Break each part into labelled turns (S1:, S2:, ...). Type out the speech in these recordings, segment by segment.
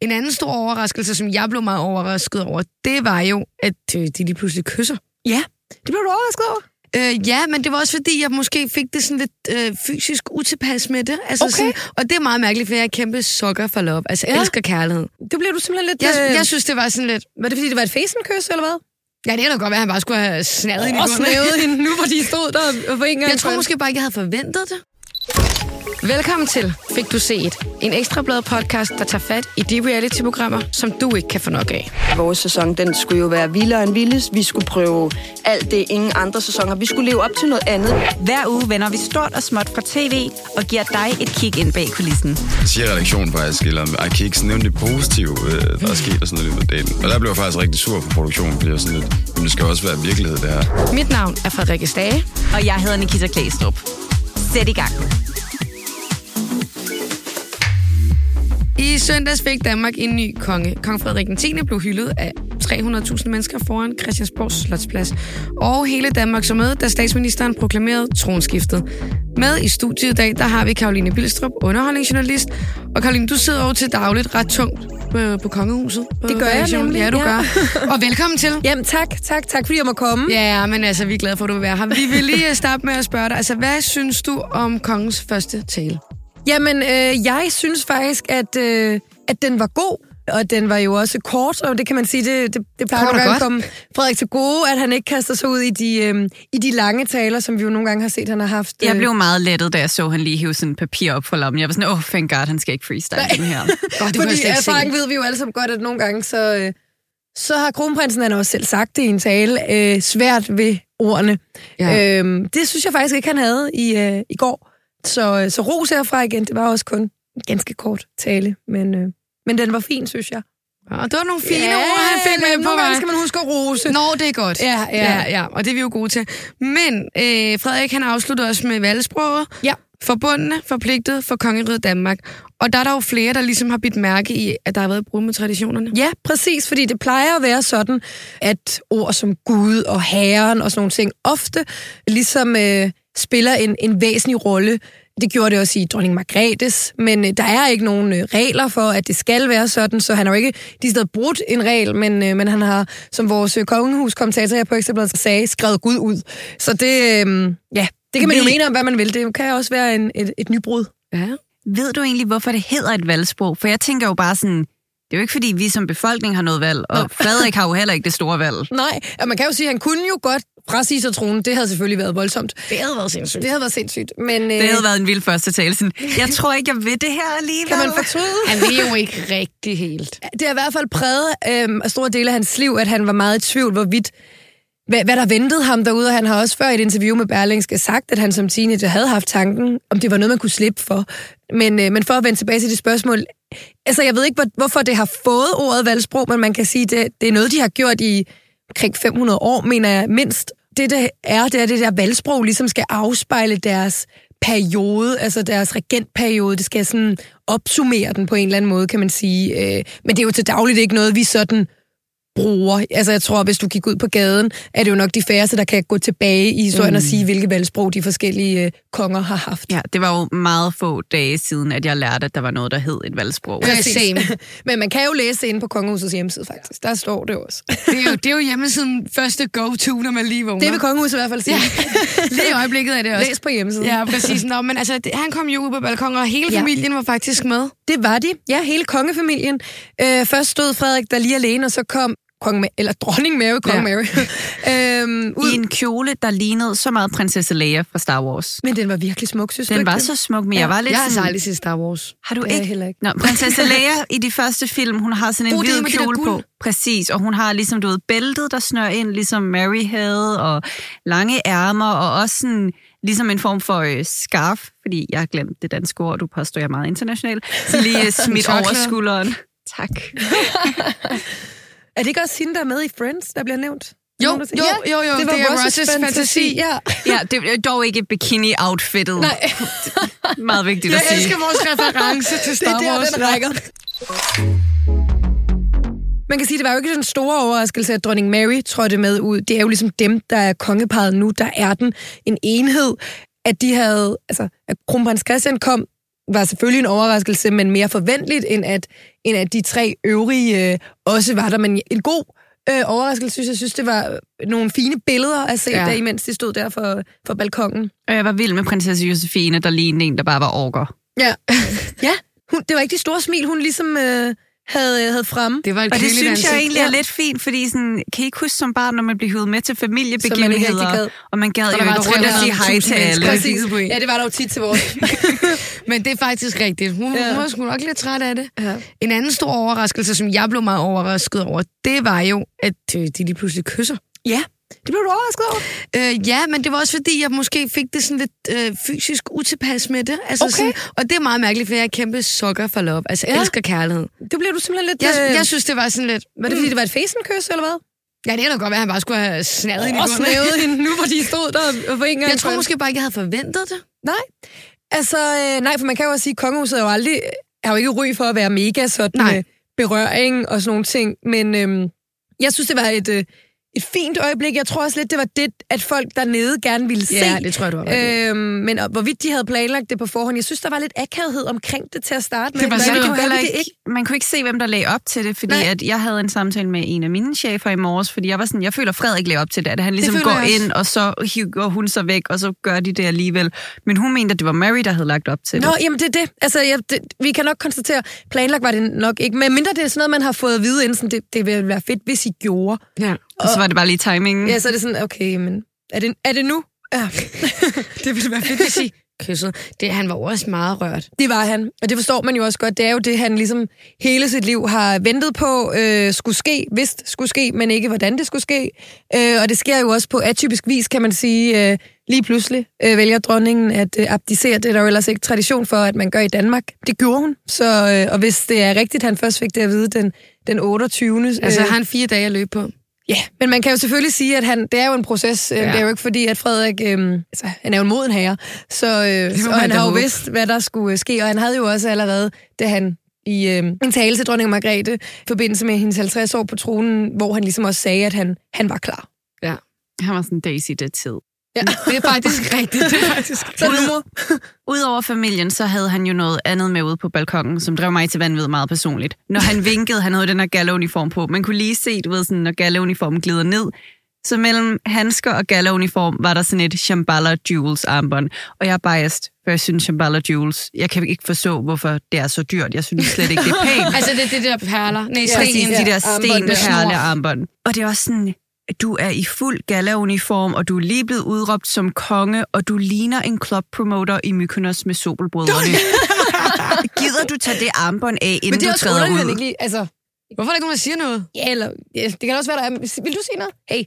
S1: En anden stor overraskelse, som jeg blev meget overrasket over, det var jo, at øh, de lige pludselig kysser.
S2: Ja, det blev du overrasket over.
S1: Øh, ja, men det var også fordi, jeg måske fik det sådan lidt øh, fysisk utilpas med det. Altså,
S2: Okay.
S1: sådan, og det er meget mærkeligt, for jeg er kæmpe sukker for love. Altså, jeg
S2: Ja.
S1: elsker kærlighed.
S2: Det blev du simpelthen lidt...
S1: Jeg,
S2: øh,
S1: jeg synes, det var sådan lidt...
S2: var det fordi, det var et fesenkys, eller hvad?
S1: Ja, det kan da godt være, at han bare skulle have snadet hende i
S2: Og
S1: munden.
S2: snævede hende nu, hvor de stod der og for en gang.
S1: Jeg tror måske bare ikke, jeg havde forventet det. Velkommen til Fik Du Set, en ekstrablad podcast, der tager fat i de reality-programmer, som du ikke kan få nok af.
S3: Vores sæson, den skulle jo være vildere end vildes. Vi skulle prøve alt det, ingen andre sæsoner. Vi skulle leve op til noget andet.
S4: Hver uge vender vi stort og småt fra tv og giver dig et kig ind bag kulissen.
S5: siger redaktionen faktisk, eller ej, kan I ikke nævne det positive, øh, der er sket og sådan noget i løbet af dagen. Og der blev jeg faktisk rigtig sur på produktionen, fordi jeg var sådan lidt, men det skal også være virkelighed, det her.
S1: Mit navn er Frederikke Stage.
S4: Og jeg hedder Nikita Klæstrup. Sæt i gang.
S2: Øh.
S1: I søndags fik Danmark en ny konge. Kong Frederik den 10. blev hyldet af 300.000 mennesker foran Christiansborg Slotsplads. Og hele Danmark så med, da statsministeren proklamerede tronskiftet. Med i studiet i dag, der har vi Karoline Bilstrup, underholdningsjournalist. Og Karoline, du sidder jo til dagligt ret tungt øh, på, på kongehuset. På
S2: Det gør jeg
S1: redaktionen.
S2: nemlig,
S1: Ja, du
S2: ja.
S1: gør. Og velkommen til.
S2: Jamen tak, tak, tak fordi jeg må komme.
S1: Ja, men altså, vi er glade for, at du vil være her. Vi vil lige øh, starte med at spørge dig, altså, hvad synes du om kongens første tale?
S2: Jamen, øh, jeg synes faktisk, at, øh, at den var god. Og den var jo også kort, og det kan man sige, det, det, det plejer
S1: Kort og
S2: nogle gange at
S1: godt.
S2: komme Frederik til gode, at han ikke kaster sig ud i de, øh, i de lange taler, som vi jo nogle gange har set, han har haft.
S4: Jeg
S2: øh,
S4: blev meget lettet, da jeg så, han lige hive sådan papir op fra lommen. Jeg var sådan, åh, oh, thank god, han skal ikke freestyle den her.
S1: Oh, det
S2: Fordi erfaring ved vi jo alle sammen godt, at nogle gange, så, øh, så har kronprinsen, han har også selv sagt det i en tale, øh, svært ved ordene.
S1: Ja.
S2: Ja. Øhm, det synes jeg faktisk ikke, han havde i, øh, i går. Så, øh, så ros herfra igen, det var også kun en ganske kort tale, men, øh, men den var fin, synes jeg.
S1: Og det var nogle fine ja, ord, han fik med på
S2: nogle gange
S1: mig.
S2: skal man huske at rose.
S1: Nå, det er godt.
S2: Ja, ja.
S1: ja, ja. Og det er vi jo gode til. Men øh, Frederik, han afslutter også med valgsproget.
S2: Ja.
S1: Forbundene forpligtet for kongeriget Danmark. Og der er der jo flere, der ligesom har bidt mærke i, at der har været brud med traditionerne.
S2: Ja, præcis, fordi det plejer at være sådan, at ord som Gud og Herren og sådan nogle ting ofte ligesom øh, spiller en, en væsentlig rolle. Det gjorde det også i dronning Margrethes, men øh, der er ikke nogen øh, regler for, at det skal være sådan, så han har jo ikke de steder brudt en regel, men, øh, men han har, som vores øh, kongehuskommentator her på Ekstrabladet sagde, skrevet Gud ud. Så det, øh, ja, det kan man jo
S4: Vi-
S2: mene om, hvad man vil. Det kan også være en, et, et nybrud.
S1: Ja.
S4: Ved du egentlig, hvorfor det hedder et valgsprog? For jeg tænker jo bare sådan, det er jo ikke fordi, vi som befolkning har noget valg, og Frederik har jo heller ikke det store valg.
S2: Nej, og man kan jo sige, at han kunne jo godt frasige sig tronen. Det havde selvfølgelig været voldsomt.
S1: Det havde været sindssygt.
S2: Det havde været sindssygt, men øh,
S4: Det havde været en vild første tale. Sådan, jeg tror ikke, jeg ved det her alligevel.
S2: kan man fortryde?
S1: Han ved jo ikke rigtig helt.
S2: Det har i hvert fald præget øh, af store dele af hans liv, at han var meget i tvivl, hvorvidt hvad, hvad der ventede ham derude, og han har også før i et interview med Berlingske sagt, at han som teenager havde haft tanken, om det var noget, man kunne slippe for. Men, øh, men for at vende tilbage til det spørgsmål, altså jeg ved ikke, hvor, hvorfor det har fået ordet valgsprog, men man kan sige, det, det er noget, de har gjort i omkring 500 år, mener jeg mindst. Det, det er, det er det der valgsprog, ligesom skal afspejle deres periode, altså deres regentperiode. Det skal sådan opsummere den på en eller anden måde, kan man sige. Øh, Men det er jo til dagligt ikke noget, vi sådan bruger. Altså jeg tror, hvis du gik ud på gaden, er det jo nok de færreste, der kan gå tilbage i historien mm. og sige, hvilke valgsprog de forskellige øh, konger har haft.
S4: Ja, det var jo meget få dage siden, at jeg lærte, at der var noget, der hed et valgsprog.
S1: Præcis.
S2: Men man kan jo læse inde på kongehusets hjemmeside faktisk. Der står det også.
S1: Det er jo, det er jo hjemmesiden første go-to, når man lige vågner.
S2: Det vil kongehuset i hvert fald sige.
S1: Lige i øjeblikket er det også.
S2: Læs på hjemmesiden.
S1: Ja, præcis. Nå, men altså, det- han kom jo ud på balkonen, og hele
S2: Ja.
S1: familien var faktisk med.
S2: Det var de. Ja, hele kongefamilien. Øh, først stod Frederik der lige alene, og så kom kong Ma- eller dronning Mary, kong
S1: Ja.
S2: ja. Mary, øhm,
S4: I
S2: ud.
S4: en kjole, der lignede så meget prinsesse Leia fra Star Wars.
S2: Men den var virkelig smuk, synes du
S4: Den
S2: ikke
S4: var
S2: det?
S4: så smuk, men jeg var lidt
S1: Jeg har altså
S4: sådan...
S1: aldrig set Star Wars.
S4: Har du
S2: Det har jeg
S4: ikke?
S2: heller ikke.
S4: Nå, prinsesse Leia i de første film, hun har sådan en
S1: Brug det
S4: hvid
S1: med det der
S4: kjole på.
S1: guld.
S4: Præcis, og hun har ligesom, du ved, bæltet, der snør ind, ligesom Mary havde, og lange ærmer, og også sådan, ligesom en form for øh, scarf, fordi jeg har glemt det danske ord, du påstår, jeg er meget international, så lige øh, smidt over
S1: Tørklæde.
S4: skulderen. Tak.
S2: Er det ikke også hende, der er med i Friends, der bliver nævnt?
S1: Jo,
S2: Nogen, der siger-
S1: jo, jo, jo, det er Ross's fantasi.
S2: Ja.
S4: Ja, det er dog ikke bikini-outfittet.
S2: Nej,
S4: Meget vigtigt at
S1: Jeg
S4: sige.
S1: elsker vores reference til
S2: det
S1: Star
S2: er der,
S1: Wars.
S2: den rækker. Man kan sige, det var jo ikke den store overraskelse, at dronning Mary trådte med ud. Det er jo ligesom dem, der er kongeparet nu, der er den en enhed, at de havde, altså, at kronprins Christian kom var selvfølgelig en overraskelse, men mere forventeligt, end at, end at de tre øvrige øh, også var der. Men en god øh, overraskelse, synes jeg, synes, det var øh, nogle fine billeder at se,
S1: Ja.
S2: ja. der, imens de stod der for, for balkongen.
S4: Og Øh, jeg var vild med prinsesse Josefine, der lignede en, der bare var orker.
S2: Ja, ja hun, det var ikke de store smil, hun ligesom øh, havde, øh, havde fremme.
S1: Det var et
S4: Og det
S1: kedeligt
S4: synes jeg
S1: ansigt.
S4: egentlig er
S2: Ja.
S4: lidt fint, fordi sådan, kan I ikke huske som barn, når man blev hivet med til
S2: Som man ikke rigtig
S4: familiebegivenheder,
S2: gad.
S4: og man gad
S1: Og
S4: jo
S1: der
S4: ikke
S1: var
S4: rundt og sige hej
S1: 300.000
S4: til alle.
S1: mennesker.
S4: Præcis.
S1: Præcis.
S2: Ja, det var der jo tit til vores.
S1: Men det er faktisk rigtigt. Hun, ja.
S2: Ja.
S1: hun var sgu nok lidt træt af det.
S2: Ja.
S1: En anden stor overraskelse, som jeg blev meget overrasket over, det var jo, at øh, de lige pludselig kysser.
S2: ja, det blev du overrasket over.
S1: Øh, ja, men det var også fordi, jeg måske fik det sådan lidt øh, fysisk utilpas med det. Altså,
S2: Okay.
S1: sådan, og det er meget mærkeligt, for jeg er kæmpe sukker for love. Altså, jeg
S2: Ja.
S1: elsker kærlighed.
S2: Det blev du simpelthen lidt...
S1: Jeg,
S2: øh,
S1: jeg Mm. synes, det var sådan lidt...
S2: var det, fordi det var et fesenkys, eller hvad?
S1: Ja, det er da godt, at han bare skulle have snadet hende i
S2: Og
S1: gulvet.
S2: snævede hende nu, hvor de stod der og for en gang.
S1: Jeg tror måske bare ikke, jeg havde forventet det.
S2: Nej. Altså, øh, nej, for man kan jo også sige, at kongehuset er jo aldrig... er jo ikke ry for at være mega sådan
S1: Nej.
S2: nej. berøring og sådan nogle ting, men øhm, jeg synes, det var et, øh, et fint øjeblik. Jeg tror også lidt, det var det, at folk dernede gerne ville se.
S1: Ja, det tror jeg, du har ret i.
S2: Øhm, men og hvorvidt de havde planlagt det på forhånd, jeg synes, der var lidt akavhed omkring det til at starte med.
S1: Det var
S2: Hvad
S1: sådan
S2: vi
S1: noget-
S2: gør,
S4: kunne heller
S2: hvad vi
S4: ikke, man kunne ikke se, hvem der lagde op til det, fordi
S2: Nej.
S4: at jeg havde en samtale med en af mine chefer i morges, fordi jeg var sådan, jeg føler, Frederik lagde op til det, at han ligesom
S1: føler
S4: går
S1: jeg også.
S4: ind, og så hiver hun sig væk, og så gør de det alligevel. Men hun mente, at det var Mary, der havde lagt op til det.
S2: Nå, jamen det er det. Altså, ja, det, vi kan nok konstatere, planlagt var det nok ikke. Men mindre det er sådan noget, man har fået at vide inden, sådan, det, det ville være fedt, hvis I gjorde.
S1: Ja.
S4: Og så var det bare lige
S1: Mm.
S4: timingen.
S2: Ja, så er det sådan, okay, men er det, er det nu? Ja.
S1: Det ville være fedt at sige kysset. Det, han var jo også meget rørt.
S2: Det var han, og det forstår man jo også godt. Det er jo det, han ligesom hele sit liv har ventet på, øh, skulle ske, vidst skulle ske, men ikke hvordan det skulle ske. Øh, og det sker jo også på atypisk vis, kan man sige. Øh, lige pludselig øh, vælger dronningen at øh, abdicere. Det er der jo ellers ikke tradition for, at man gør i Danmark. Det gjorde hun. Så, øh, og hvis det er rigtigt, han først fik det at vide den, den 28.
S1: Altså,
S2: øh,
S1: har han fire dage at løbe på.
S2: Ja, men man kan jo selvfølgelig sige, at han, det er jo en proces. Ja.
S1: Ja.
S2: Det er jo ikke fordi, at Frederik, øhm, altså, han er jo en moden herre, så, øh,
S1: må
S2: så
S1: man
S2: han
S1: da
S2: har jo
S1: håbe.
S2: vidst, hvad der skulle øh, ske, og han havde jo også allerede, da han i øh, en tale til dronning Margrethe, i forbindelse med hendes 50 år på tronen, hvor han ligesom også sagde, at han, han var klar. Mm.
S1: Ja.
S4: Han var sådan, Daisy, det er tid.
S1: ja. Det er faktisk rigtigt. Det er faktisk
S2: Så er det mor.
S4: Udover familien, så havde han jo noget andet med ude på balkongen, som drev mig til vanvid meget personligt. Når han vinkede, han havde den her galleuniform på. Man kunne lige se, du ved, sådan, når galleuniformen glider ned. Så mellem handsker og galleuniform var der sådan et Shambhala Jewels armbånd. Og jeg er biased, for jeg synes Shambhala Jewels. Jeg kan ikke forstå, hvorfor det er så dyrt. Jeg synes slet ikke, det er pænt.
S1: Altså, det er det der perler. Nej,
S2: Ja,
S4: Præcis,
S1: sten.
S4: de der
S2: armbånd med
S4: stenperle
S1: snor.
S4: armbånd. Og det er også sådan, at du er i fuld galauniform, og du er lige blevet udråbt som konge, og du ligner en clubpromoter i Mykonos med Sobelbrødrene. Gider du tage det armbånd af, inden
S2: Men det er
S4: du
S2: også
S4: træder
S2: underligt, han
S4: ud?
S2: ikke lige, altså,
S1: Hvorfor er der ikke nogen, der siger noget?
S2: ja, eller, ja, det kan også være, der er, vil du sige noget? Hey,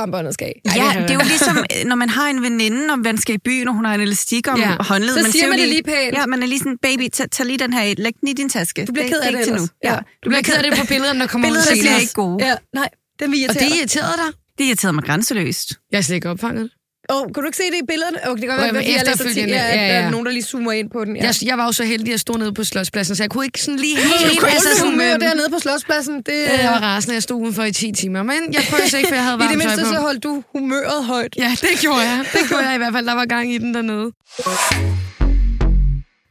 S2: armbåndet skal af.
S4: Ja, det er jo ligesom, øh, når man har en veninde, om man skal i byen, og hun har en elastik om
S1: Ja,
S4: ja. håndledet.
S2: så siger
S4: ser jo
S2: man det lige pænt.
S4: Ja, man er lige sådan, baby, tag, tag lige den her af, læg den i din taske.
S2: Du bliver ked af
S4: ikke
S2: det
S4: til nu.
S2: ellers.
S4: Ja.
S2: Ja.
S1: Du bliver ked af det på billederne, der kommer ud
S4: Billederne
S1: senere.
S4: bliver ikke gode.
S2: Ja, nej, den vi
S1: Og det
S2: irriterer.
S1: irriterede dig?
S4: Det irriterede mig grænseløst.
S1: Jeg er slet ikke opfanget.
S2: Åh, oh, kunne du ikke se det i billederne? Okay, det kan godt være,
S1: Jamen,
S2: fordi jeg læser til,
S1: efterfølgende.
S2: ja, at
S1: Ja,
S2: der
S1: ja.
S2: er nogen, der lige zoomer ind på den. Ja.
S1: Jeg, jeg var jo så heldig, at jeg stod nede på Slotspladsen, så jeg kunne ikke sådan lige
S2: Du
S1: helt...
S2: kunne altså,
S1: sådan,
S2: humør
S1: øhm,
S2: dernede på Slotspladsen. Det,
S1: øh, Jeg var rasende, jeg stod udenfor i 10 timer, men jeg prøvede så ikke, for jeg havde
S2: I det
S1: varmt tøj
S2: mindste så
S1: på.
S2: holdt du humøret højt.
S1: Ja, det gjorde jeg. Det gjorde jeg i hvert fald. Der var gang i den dernede.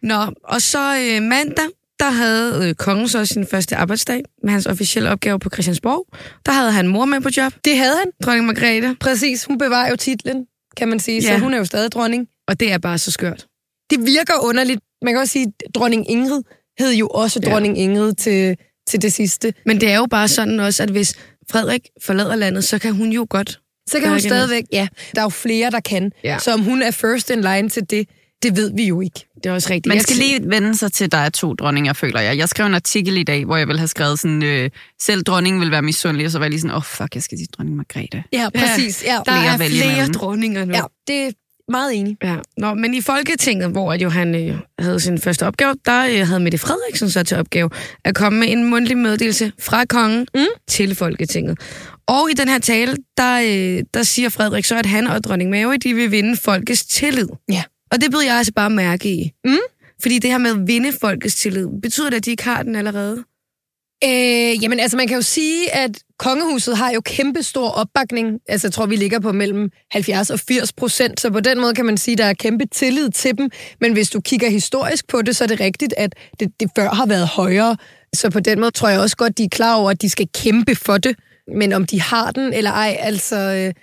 S1: Nå, og så øh, mandag, der havde øh, kongen så sin første arbejdsdag med hans officielle opgave på Christiansborg. Der havde han mor med på job,
S2: Det havde han.
S1: dronning Margrethe,
S2: Præcis, hun bevarer jo titlen, kan man sige.
S1: Ja.
S2: Så hun er jo stadig dronning.
S1: og det er bare så skørt.
S2: Det virker underligt. Man kan også sige, at dronning Ingrid hed jo også
S1: Ja.
S2: dronning Ingrid til, til det sidste.
S1: Men det er jo bare sådan også, at hvis Frederik forlader landet, så kan hun jo godt.
S2: Så kan
S1: Der er
S2: hun
S1: ikke noget.
S2: stadigvæk... Ja, der er jo flere, der kan.
S1: Ja.
S2: Så om hun er first in line til det, det ved vi jo ikke.
S1: Det er også rigtigt.
S4: Man
S1: Jeg
S4: skal lige vende sig til, at der er to dronninger, føler jeg. Jeg skrev en artikel i dag, hvor jeg ville have skrevet sådan, øh, selv dronningen vil være misundelig, og så var jeg lige sådan, åh oh, fuck, jeg skal sige dronning Margrethe.
S2: Ja, præcis. Ja.
S1: Der
S4: flere
S1: er
S4: vælge
S1: flere
S4: imellem.
S1: dronninger nu.
S2: ja det er meget enig.
S1: Ja. Nå, men i Folketinget, hvor at jo han øh, havde sin første opgave, der øh, havde Mette Frederiksen så til opgave at komme med en mundtlig meddelelse fra kongen mm. til Folketinget. Og i den her tale, der, øh, der siger Frederik så, at han og dronning Mary, de vil vinde folkets tillid.
S2: Ja.
S1: Og det blev jeg altså bare mærke i. Mm. Fordi det her med at vinde folkets tillid, betyder det, at de ikke har den allerede?
S2: Øh, jamen, altså man kan jo sige, at kongehuset har jo kæmpe stor opbakning. Altså jeg tror, vi ligger på mellem 70 og 80 procent, så på den måde kan man sige, at der er kæmpe tillid til dem. Men hvis du kigger historisk på det, så er det rigtigt, at det, det før har været højere. Så på den måde tror jeg også godt, de er klar over, at de skal kæmpe for det. Men om de har den eller ej, altså... Øh,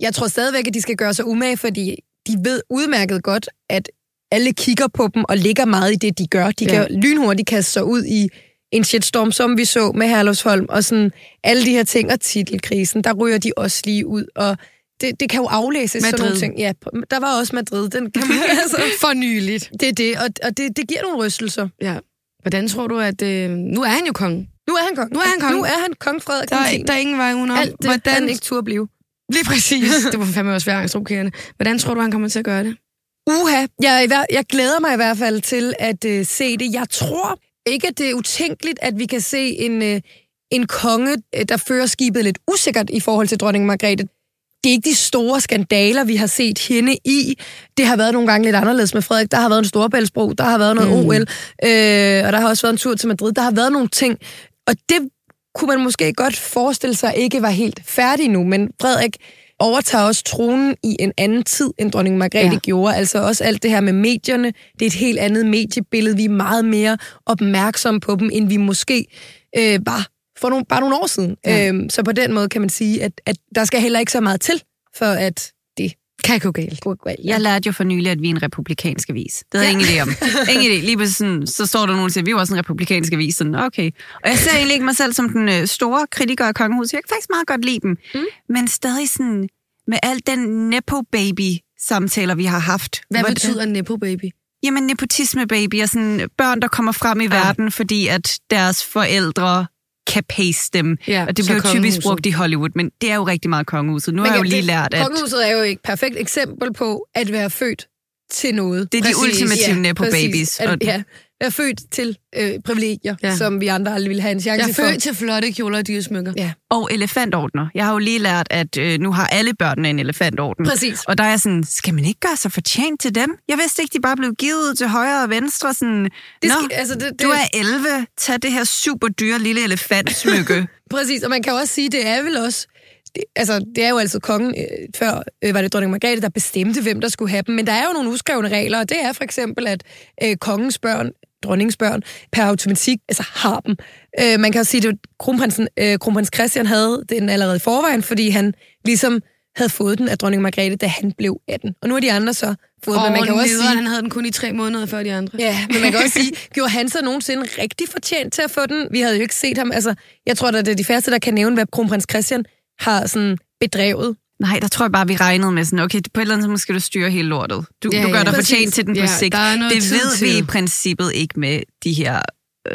S2: jeg tror stadigvæk, at de skal gøre sig umage, fordi de ved udmærket godt, at alle kigger på dem og ligger meget i det, de gør. De kan lynhurtigt kaste sig ud i en shitstorm, som vi så med Herlufsholm, og sådan alle de her ting, og titelkrisen, der ryger de også lige ud, og det, det kan jo aflæses sådan nogle
S1: Madrid.
S2: ting. Ja, der var også Madrid, den kan man, altså,
S1: For nyligt.
S2: det er det, og, og det, det giver nogle rystelser.
S1: Ja. Hvordan tror du, at... Øh, nu er han jo konge.
S2: Nu er han kong.
S1: Nu er han konge.
S2: Nu er han kong Frederik.
S1: Der,
S2: den
S1: er,
S2: tiende.
S1: der er ingen vej udenom.
S2: Alt det, Hvordan? han ikke turde blive.
S1: Lige præcis. Det var fandme også være angstprovokerende. Hvordan tror du, han kommer til at gøre det?
S2: Uha, jeg, er i hver- jeg glæder mig i hvert fald til at øh, se det. Jeg tror ikke, at det er utænkeligt, at vi kan se en, øh, en konge, øh, der fører skibet lidt usikkert i forhold til dronning Margrethe. Det er ikke de store skandaler, vi har set hende i. Det har været nogle gange lidt anderledes med Frederik. Der har været en storbæltsbro, der har været noget mm. OL, øh, og der har også været en tur til Madrid. Der har været nogle ting, og det kunne man måske godt forestille sig ikke var helt færdig nu, men Frederik overtager også tronen i en anden tid, end dronning Margrethe
S1: Ja.
S2: ja. gjorde. Altså også alt det her med medierne. Det er et helt andet mediebillede. Vi er meget mere opmærksomme på dem, end vi måske øh, var for nogle, bare nogle år siden.
S1: Ja.
S2: Ja. Øhm, så på den måde kan man sige, at, at der skal heller ikke så meget til, for at det
S1: Kan ikke gå galt.
S2: går galt.
S4: Jeg lærte jo for nylig, at vi er en republikansk avis. Det havde jeg ingen idé om. Ingen idé. Lige pludselig sådan, så står der nogen og siger, at vi er også en republikansk avis. Sådan, okay. Og jeg ser egentlig ikke mig selv som den øh, store kritiker af kongehuset. Jeg kan faktisk meget godt lide dem. Mm. Men stadig sådan, med al den nepo-baby-samtaler, vi har haft.
S1: Hvad
S4: Hvordan-
S1: betyder Nepo Baby?
S4: Jamen, nepotisme, baby, og sådan børn, der kommer frem i verden, fordi at deres forældre kan pace dem.
S1: Ja,
S4: og det
S1: så
S4: bliver jo typisk
S1: kongehuset.
S4: brugt i Hollywood, men det er jo rigtig meget kongehuset. Nu har jeg jo lige lært, at
S2: Kongehuset er jo et perfekt eksempel på at være født til noget.
S4: Det er de ultimative nepo-babies,
S2: præcis. At,
S4: og-
S2: ja, være født til øh, privilegier,
S1: Ja.
S2: ja. som vi andre aldrig ville have en chance
S1: Jeg er
S2: for.
S1: født til flotte kjoler og dyre smykker.
S2: Altså, Ja,
S4: og elefantordner. Jeg har jo lige lært, at øh, nu har alle børnene en elefantorden.
S2: Præcis.
S4: Og der er jeg sådan, skal man ikke gøre sig fortjent til dem? Jeg vidste ikke, de bare blev givet ud til højre og venstre. Sådan,
S2: Det
S4: Nå,
S2: skal- altså, det- det-
S4: du er 11, tag det her super dyre lille elefantsmykke.
S2: præcis. Og man kan jo også sige, det er vel også... Det, altså, det er jo altid kongen, øh, før øh, var det dronning Margrethe, der bestemte, hvem der skulle have dem. Men der er jo nogle uskrevne regler, og det er for eksempel, at øh, kongens børn, dronningens børn, per automatik altså, har dem. Øh, man kan jo sige, at kronprinsen, øh, kronprins Christian havde den allerede i forvejen, fordi han ligesom havde fået den af dronning Margrethe, da han blev 18. Og nu har de andre så fået den,
S1: Og
S2: men man kan jo også sige...
S1: han havde den kun i tre måneder før de andre.
S2: Ja, men man kan også sige, gjorde han så nogensinde rigtig fortjent til at få den? Vi havde jo ikke set ham. Altså, jeg tror da, det er de færreste, der kan nævne, hvad kronprins Christian har sådan bedrevet.
S4: Nej, der tror jeg bare, vi regnede med sådan, okay, på et eller andet tidspunkt skal du styre hele lortet. Du,
S1: Ja,
S4: ja, du gør
S1: ja.
S4: dig
S1: Præcis.
S4: fortjent til den på
S1: Ja,
S4: sigt.
S1: der er noget
S4: det
S1: tid
S4: ved vi
S1: til.
S4: i princippet ikke med de her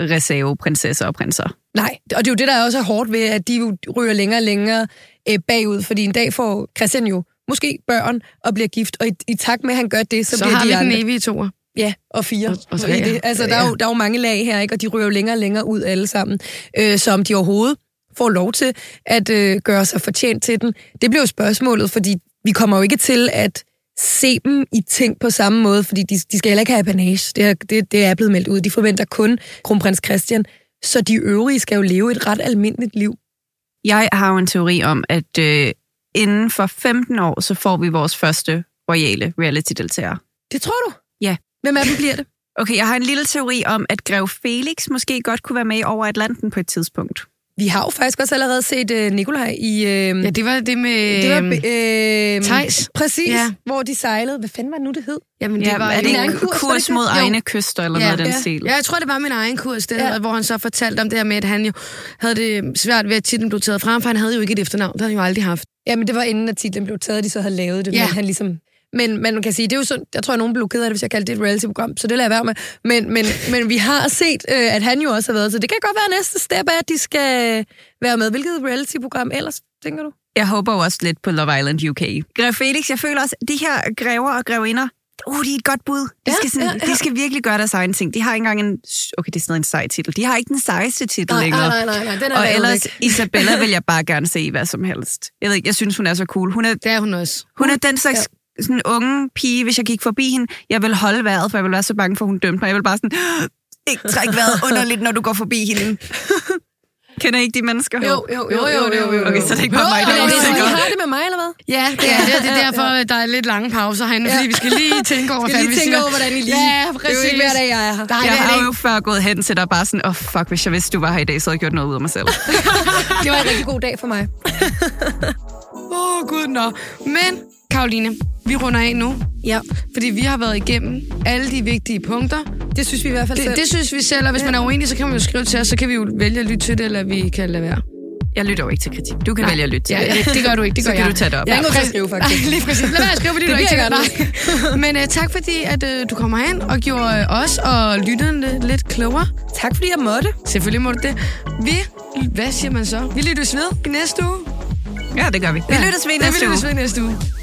S4: reserveprinsesser og prinser.
S2: Nej, og det er jo det, der også er hårdt ved, at de jo ryger længere og længere øh, bagud, fordi en dag får Christian jo måske børn og bliver gift, og i, i takt med, at han gør det, så,
S1: Så
S2: bliver
S1: har
S2: de
S1: vi
S2: andre.
S1: den evige toer.
S2: Ja, og fire.
S1: Og-
S2: Og,
S1: og
S2: og
S1: tre, ja.
S2: det. Altså, der, er jo, der er jo mange lag her, ikke? og de ryger jo længere og længere ud alle sammen. Øh, så om de overhovedet får lov til at øh, gøre sig fortjent til den, det bliver jo spørgsmålet, fordi vi kommer jo ikke til at se dem i ting på samme måde, fordi de, de skal heller ikke have apanage. Det, er- det, det er blevet meldt ud. De forventer kun kronprins Christian. Så de øvrige skal jo leve et ret almindeligt liv.
S4: Jeg har jo en teori om, at øh, inden for 15 år, så får vi vores første royale reality-deltager.
S2: Det tror du?
S4: Ja.
S2: Hvem af dem bliver det?
S4: Okay, jeg har en lille teori om, at Grev Felix måske godt kunne være med i over Atlanten på et tidspunkt.
S2: Vi har jo faktisk også allerede set øh, Nikolaj i... Øh,
S1: Ja, det var det med...
S2: Det var øh,
S1: Øhm, Theis.
S2: Præcis,
S1: Ja.
S2: ja. hvor de sejlede. Hvad fanden var det nu, det hed?
S1: Jamen, det
S4: ja,
S1: var
S4: er det
S1: jo-
S4: ikke
S2: en
S4: en
S2: kurs,
S4: kurs,
S2: var det ikke
S4: mod
S2: det? Jo.
S4: egne kyster eller
S1: Ja,
S4: noget af den
S2: ja.
S4: stil?
S1: Ja, jeg tror, det var min egen kurs, det, ja.
S2: Ja.
S1: hvor han så fortalte om det her med, at han jo havde det svært ved, at titlen blev taget frem, for han havde jo ikke et efternavn. Det havde han jo aldrig haft.
S2: Jamen, det var inden, at titlen blev taget, de så havde lavet det.
S1: Ja.
S2: Ja. Men han ligesom... Men man kan sige, det er jo sådan, jeg tror, at nogen blev ked af det, hvis jeg kaldte det et reality-program, så det lader jeg være med. Men, men, men vi har set, øh, at han jo også har været, så det kan godt være at næste step, er, at de skal være med. Hvilket reality-program ellers, tænker du?
S4: Jeg håber jo også lidt på Love Island UK. Grev Felix, jeg føler også, at de her grever og grevinder, uh, de er et godt bud. De
S2: Ja,
S4: skal, sådan,
S2: ja, ja.
S4: de skal virkelig gøre deres egen ting. De har ikke engang en... Okay, det er sådan en sej titel. De har ikke den sejeste titel længere.
S2: nej, nej, den
S4: Og ellers, Isabella vil jeg bare gerne se i hvad som helst. Jeg ved ikke, jeg synes, hun er så cool. Hun er,
S1: Det er hun også.
S4: hun er den slags ja. sådan unge pige, hvis jeg gik forbi hende. Jeg vil holde vejret, for jeg vil være så bange for, at hun dømte mig. Jeg vil bare sådan, ikke trække vejret underligt, når du går forbi hende. Kender I ikke de mennesker?
S1: Jo, jo, jo, jo, jo, jo.
S4: Okay, så det er ikke bare mig, der
S2: Men
S4: er
S2: er det sådan, I
S4: usikker.
S2: har det med mig, eller hvad?
S1: Ja, det er det. Det er derfor, at der er lidt lange pauser herinde, fordi vi skal lige tænke over,
S2: Skal
S1: hvad
S2: lige
S1: vi
S2: tænke
S1: siger.
S2: over, hvordan I lige-
S1: Ja,
S2: Det er jo
S1: præcis.
S2: ikke hver dag, jeg er her.
S1: Nej,
S4: Jeg
S1: det er det
S4: har
S1: ikke.
S4: jo før gået hen til dig bare sådan, åh oh, fuck, hvis jeg vidste, du var her i dag, så havde jeg gjort noget ud af mig selv.
S2: Det var en rigtig god dag for mig.
S1: Åh, oh, gud, nå. Men, Karoline, vi runder af nu,
S2: Ja,
S1: fordi vi har været igennem alle de vigtige punkter.
S2: det synes vi i hvert fald
S1: Det,
S2: selv.
S1: det synes vi selv, og hvis man er uenig, så kan man jo skrive til os, så kan vi jo vælge at lytte til det, eller vi kan lade være.
S4: Jeg lytter jo ikke til kritik. Du kan Nej. vælge at lytte til
S1: Ja,
S4: det.
S1: det, det gør du ikke, det
S4: Så
S1: gør
S4: kan
S1: jeg.
S4: du tage det op.
S1: Ja,
S2: Jeg er ikke nødt til at
S1: præ-
S2: skrive, faktisk.
S1: Lige præcis. Lad være at skrive, fordi du
S2: Det
S1: ikke
S2: bliver
S1: tænker dig. Men uh, tak fordi, at uh, du kommer hen og gjorde uh, os og lytterne lidt klogere.
S2: Tak fordi jeg måtte.
S1: Selvfølgelig må du det. Vi, hvad siger man så? Vi lyttes ved i næste uge.
S4: Ja, det gør vi. Vi lyttes ved i næste
S1: Vi
S4: uge.
S1: lyttes ved i næste uge.